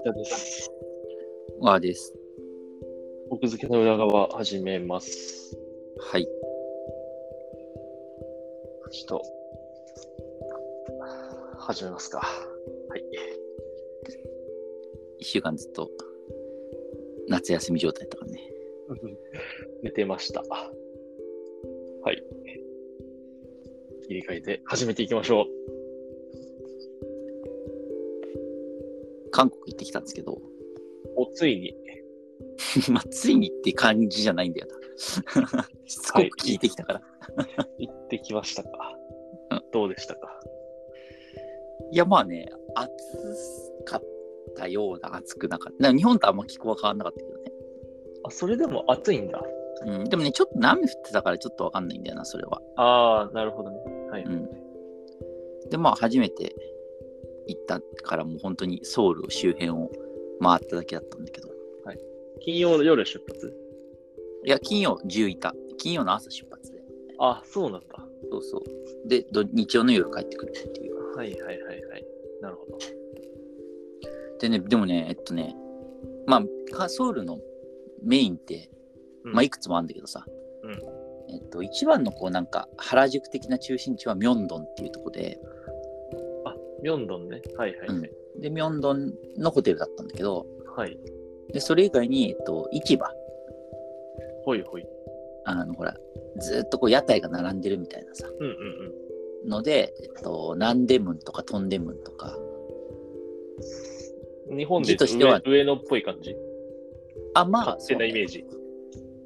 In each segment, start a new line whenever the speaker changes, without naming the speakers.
板です。
わーです。
奥付けの裏側始めます。
はい。
ちょっと、始めますか。
一週間ずっと夏休み状態だったからね。
寝てました。はい。切り替えて始めていきましょう。
韓国行ってきたんですけど、
お、ついに。
まあ、ついにって感じじゃないんだよな。 しつこく聞いてきたから。
行ってきましたか
うん。
どうでしたか
い、や、まあね、暑かったような、暑くなかった。なんか日本とあんま気候は変わんなかったけど
あ、それでも暑いんだ。
ね。うん、でもね、ちょっと雨降ってたからちょっとわかんないんだよな、それは。
ああ、なるほどね。はい。
うん。で、まあ、初めて行ったから、もう本当にソウル周辺を回っただけだったんだけど。
金曜の夜出発
いや、金曜10いた。金曜の朝出発で。
あ、そうなんだ。
そうそう。で、土日曜の夜帰ってくるっていう。
はいはいはいはい。なるほど。
でね、でもね、えっとね、まあ、かソウルのメインって、
うん
まあ、いくつもあるんだけどさ、
うん
えっと、一番のこう、なんか、原宿的な中心地はミョンドンっていうとこで、
あ、ミョンドンね。はいはいはい。
で、ミョンドンのホテルだったんだけど、
はい。
で、それ以外に、えっと、市場、
ほいほい。
あの、ほら、ずっとこう、屋台が並んでるみたいなさ、
うんうんうん。
ので、えっと、ナンデムンとかトンデムンとか、
日本で
字としては
上上野っぽい感じ
あ、まあ、
勝手なイメー
ジ
ジ。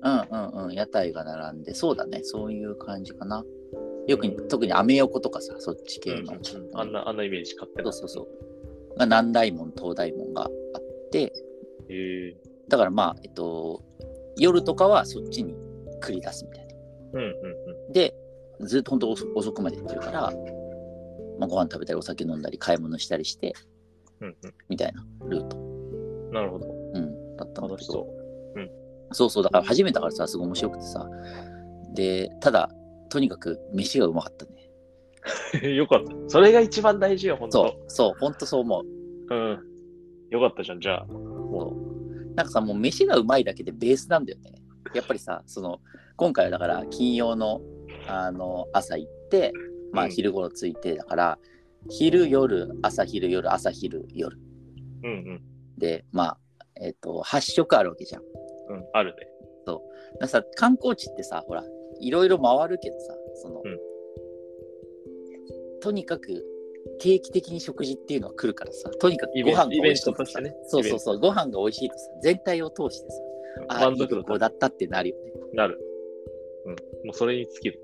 うんうんうん、屋台が並んで、そうだね、そういう感じかな。よく、特にアメ横とかさ、そっち
うんう
系の。
んうんあんな、あんなイメージ、勝手
そ
な。
うそうそう。が南大門、東大門があって、
へえ
だからまあ、えっと、夜とかはそっちに繰り出すみたいな。
うんうんうん。
で、ずっと本当遅遅くまでやってるから、まあ、ご飯食べたり、お酒飲んだり、買い物したりして、
うん
みたいなルート、
うん、なるほど。
うん、だったんだ
楽
け
し
ど。
そう。
そうそう、だから初めてだからさ、すごい面白くてさ。で、ただ、とにかく飯がうまかったね。
よかった。それが一番大事よ、本
そ
当。
う、そう、ほんとそう思う。
うん。よかったじゃん、じゃあ。も
なんかさ、もう飯がうまいだけでベースなんだよね。やっぱりさ、その、今回はだから、金曜のあの朝行って、ま
う
あ、
ん
昼頃着いて、だから、昼、夜、朝、昼、夜、朝、昼、夜。
う。うん
で、まあ、えっ、と、8食あるわけじゃん。だか
うん。うん、あるね。
らさ、観光地ってさ、ほら、いろいろ回るけどさ、その、
うん
とにかく、定期的に食事っていうのは来るからさ、とにかく
イ
ご
ベン
飯が
ト
美味しいと
イベントとし
さ
てね
そうそうそう、ご飯が美味しいとさ、全体を通してさ、ああ、い
満
い
足度
旅行だったってなるよね。
なる。うん。もうそれに尽きる。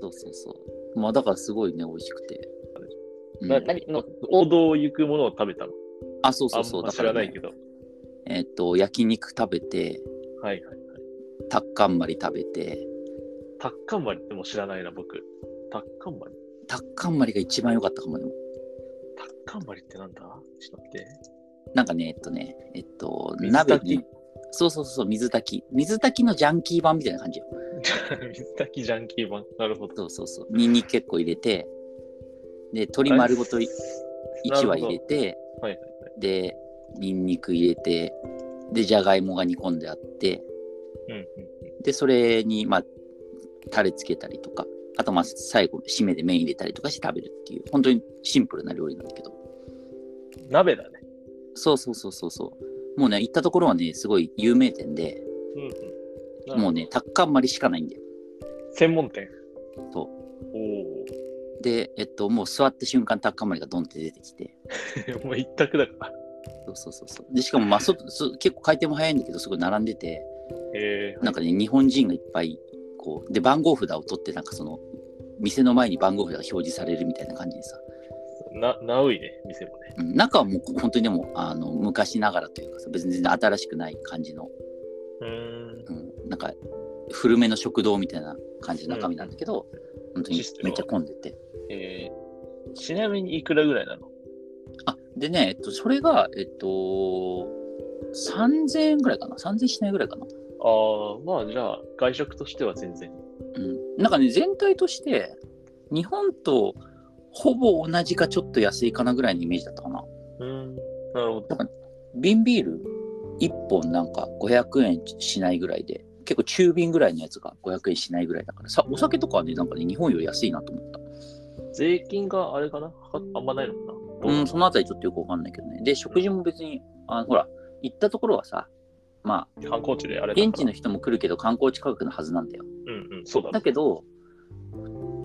そうそうそう。まあだからすごいね、美味しくて。うん
な何の王道を行くものを食べたの
あ、そうそうそ
あ
う。
んま
だ
知
からら、
ない
ね
け、ど。
えっ、と、焼肉食べて、
はいはいはい。
タッカンマリ食べて、
タッカンマリってもう知らないな、僕。タッカンマリ
タッカンマリが一番良かったかも、でも。
タッカンマリってなんだちょっと待って。
なんかね、えっとね、えっと、
水炊
鍋
き
に、そうそうそう、水炊き。水炊きのジャンキー版みたいな感じよ。
水炊きジャンキー版。なるほど。
そうそうそう。にんにく結構入れて、で、鶏丸ごと1羽入れて、
なるほど。はいはい
で、にんにく入れて、で、じゃがいもが煮込んであって、
はい。
で、それに、まあ、タレつけたりとか、あと、まあ、最後、締めで麺入れたりとかして食べるっていう、本当にシンプルな料理なんだけど。
うんうん、鍋だね。
そうそうそうそうそう。もうね、行ったところはね、すごい有名店で、
うんうん、
もうね、タッカンマリしかないんだよ。
専門店。
そう
お
で、えっと、もう座った瞬間、タッカンマリがドンって出てきて、
お。もう一択だから。
そうそうそうそう。で、しかも、まあ、外、そ結構回転も早いんだけど、すごい並んでて、
えー、
なんかね、日本人がいっぱい、こう、で、番号札を取って、なんかその、店の前に番号札が表示されるみたいな感じでさ、
な、なういね、店もね。
うん中はもう本当にでもあの昔ながらというかさ別に全然新しくない感じの、
うー
うん、なんか古めの食堂みたいな感じの中身なんだけど、本当に
システム
めっ
は
ちゃ混んでて
ん。えー、ちなみにいくらぐらいなの
あでね、えっと、それがえっと3000円ぐらいかな3000円しないぐらいかな、
ああ、まあじゃあ、外食としては全然。
うん、なんかね全体として日本とほぼ同じかちょっと安いかなぐらいのイメージだったかな。
うん。なるほど。
瓶ビール1本なんか500円しないぐらいで、結構中瓶ぐらいのやつが500円しないぐらいだから、さお酒とかはね、なんかね、日本より安いなと思った。
税金があれかなかあんまないのかな
うん、そのあたりちょっとよくわかんないけどね。で、食事も別に、あほら、行ったところはさ、まあ、
観光地であれだから
現地の人も来るけど観光地価格のはずなんだよ。
うんうん、そうだ
だ
ね。
けど、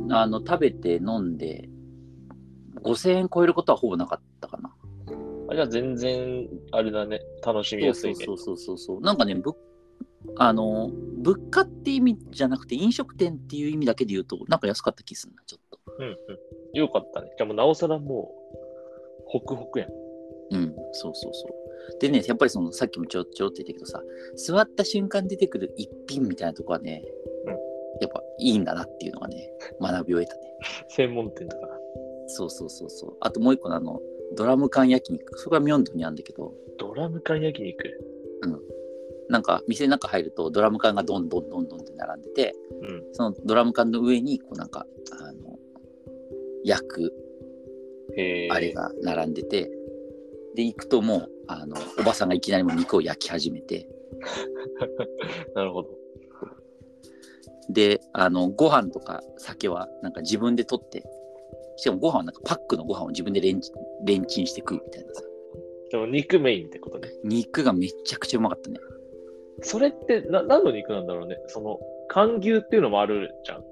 あの、食べて飲んで、5000円超えることはほぼなかったかな。
あじゃあ全然、あれだね。楽しみやすいね。
そうそうそうそうそう。なんかね、ぶあの、物価って意味じゃなくて、飲食店っていう意味だけで言うと、なんか安かった気するな、ちょっと。
うんうん。よかったね。じゃあもうなおさらもう、ホクホクやん。
うん、そうそうそう。でね、やっぱりその、さっきもちょろちょろって言ったけどさ、座った瞬間出てくる一品みたいなとこはね、
うん
やっぱいいんだなっていうのがね、学びを得たね。
専門店だから。
そうそうそうそう。あともう一個のあの、ドラム缶焼肉。そこはミョンドにあるんだけど、
ドラム缶焼肉。
なんか店の中入るとドラム缶がどんどんどんどんって並んでて、
うん。
そのドラム缶の上に、こうなんか、あの、焼く
えー、
あれが並んでて、で、行くともう、あの、おばさんがいきなりもう肉を焼き始めて、
なるほど。
で、あの、ご飯とか酒はなんか自分で取って、しかもご飯はなんかパックのご飯を自分でレンチレンチンして食うみたいなさ。
でも肉メインってことね。
肉がめちゃくちゃうまかったね。
それってな何の肉なんだろうね。その、寒牛っていうのもあるじゃん。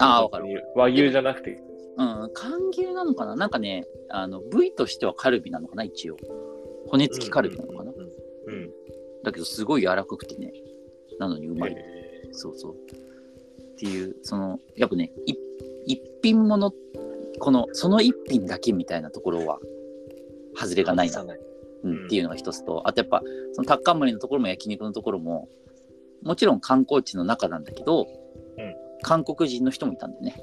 ああ、わかる。。
和牛じゃなくて。
うん、寒牛なのかななんかね、あの、部位としてはカルビなのかな一応。骨付きカルビなのかな、
うんうんうん。
だけどすごい柔らかくてね。なのにう
うん
まい。
え
そうそう。っていう、その、やっぱね、い一品もの、この、その一品だけみたいなところは、外れ
ー
がない
外
な
さ、ない
うん、っていうのが一つと、あとやっぱ、そのタッカンマリのところも焼肉のところも、もちろん観光地の中なんだけど、
うん
韓国人の人もいたんだよね。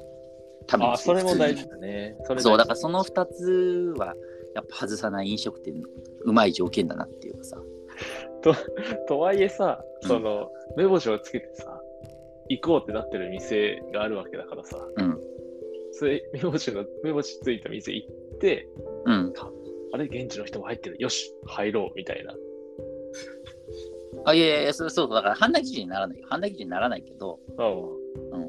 多分
あー、それも大事だね。それ
そう、だ
大事
からその2つは、やっぱ外さない飲食店のうまい条件だなっていうかさ。
とはいえさ、
うん
その、目星をつけてさ、行こうってなってる店があるわけだからさ、
うん
それ目星の、目星ついた店行って、
うん。
あれ、現地の人も入ってる、よし、入ろう、みたいな。
あ、いやいやいや、そうそう、だから判断基準にならないよ。判断基準にならないけど、
うん、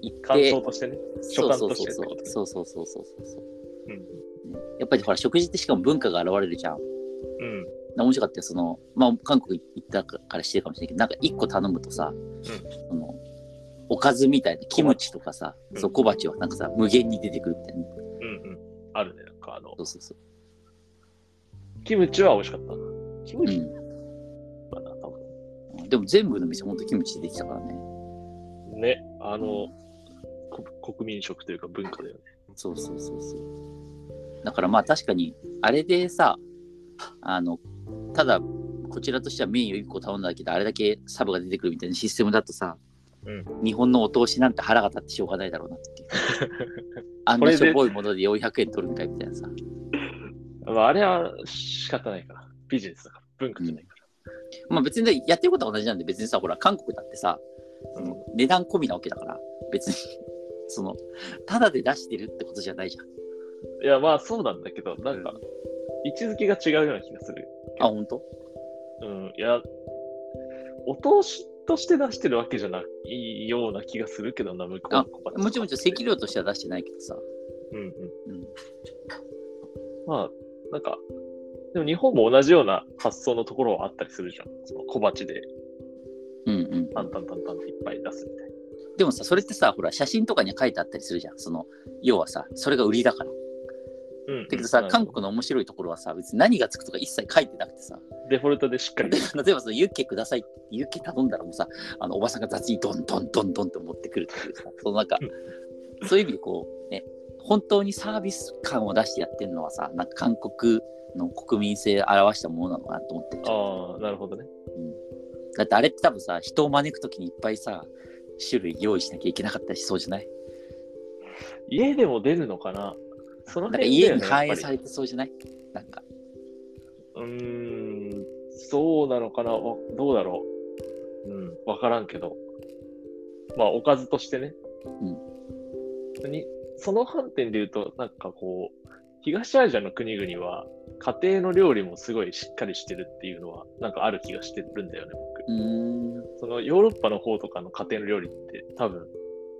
行って
感想としてね。
そう
所感
そう
とし
そ
てっ
う
て
そう
ことね
そうそうそうそうそう
うん。
やっぱりほら食事ってしかも文化が現れるじゃん
うん。
面白かったよそのまあ韓国行ったからしてるかもしれないけどなんか一個頼むとさ、そのおかずみたいなキムチとかさ
うん
そう小鉢はなんかさ無限に出てくるみたいな
うん。うん。あるね。なんかあの、
そうそうそう
キムチは美味しかったな。キム
う
チ
ん
かな、多分。
でも全部の店ほんとキムチでできたからね
ね、あの、こ国民食というか文化だよね。
そうそうそうそうだからまあ確かにあれでさあのただこちらとしてはメインを1個頼んだけどあれだけサブが出てくるみたいなシステムだとさ、
うん
日本のお通しなんて腹が立ってしょうがないだろうなっていう あん
これ
な
で
しょぼいもので400円取るんかいみたいなさ
まあ、あれは仕方ないから。ビジネスだから。文化じゃないか
まあ別にねやってることは同じなんで別にさほら韓国だってさその値段込みなわけだから別に そのただで出してるってことじゃないじゃん
ら。いや、まあそうなんだけど、なんか、位置づけが違うような気がする。
あ本当
うん。いや、お通しとして出してるわけじゃないような気がするけどな、向こうの小鉢
もちろんもちろん席料としては出してないけどさ
うんうん。
うん
まあ、なんか、でも日本も同じような発想のところはあったりするじゃん。その小鉢で、
うんうん
タンタンタンタンっていっぱい出すみたいな。
でもさ、それってさ、ほら、写真とかには書いてあったりするじゃん。その、要はさ、それが売りだから。だ
うんうん、
けどさ、
なんか
韓国の面白いところはさ、別に何がつくとか一切書いてなくてさ、
デフォルトでしっかり。
例えばそのユッケくださいって、ユッケ頼んだらもうさ、あの、おばさんが雑にドンドンドンドンって持ってくるっていうさ、そのなんか、そういう意味でこう、ね、本当にサービス感を出してやってるのはさ、なんか韓国の国民性を表したものなのかなと思ってる
ああ、なるほどね。
だってあれって多分さ、人を招くときにいっぱいさ、種類用意しなきゃいけなかったりしそうじゃない
家でも出るのかなその
なんか
辺だ
家
よ
に
ねやっぱ
反
り
映されてそうじゃないなんか。
うーん、そうなのかなわどうだろううん、わからんけど。まあ、おかずとしてね。
うん
に、その観点で言うと、なんかこう、東アジアの国々は、家庭の料理もすごいしっかりしてるっていうのは、なんかある気がしてるんだよね、僕。
うーん。
そのヨーロッパの方とかの家庭の料理って、多分、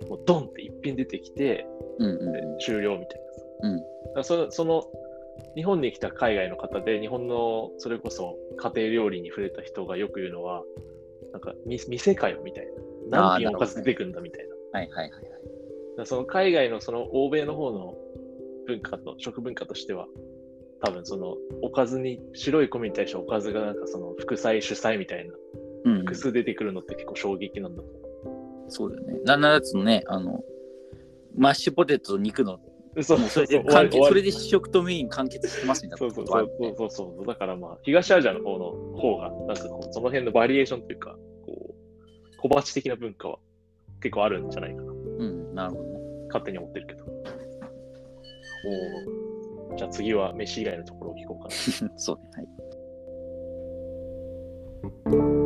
もうドンって一品出てきて、
うんうん
で
う
終了みたいなさ。
ん。
だからそのその日本に来た海外の方で日本のそれこそ家庭料理に触れた人がよく言うのはなんかみ店かよみたいな
あー
何品おかず
な
出
るほど
てくんだみ
ね
たいな
はいはいはいは
だ
い。
からその海外のその欧米の方の文化と食文化としては多分そのおかずに白い米に対しておかずがなんかその副菜主菜みたいな
うんうん
複数出てくるのって結構衝撃なんだと
そうだよね。なんならつのね、あの、マッシュポテトと肉の、
そう
もうそれ
そ
で
う終わ
完
り終
結、
わ
そ
り
れで主食とメイン完結してますみたい
そ
な
う
こ
そう
とあ
そう
る
そう
ね。
そうそうだからまあ東アジアの方の方がなんかこうその辺のバリエーションというかこう小鉢的な文化は結構あるんじゃないかな
うん、なるほどね。
勝手に思ってるけどおーじゃあ次は飯以外のところを聞こうかな
そうね、はい。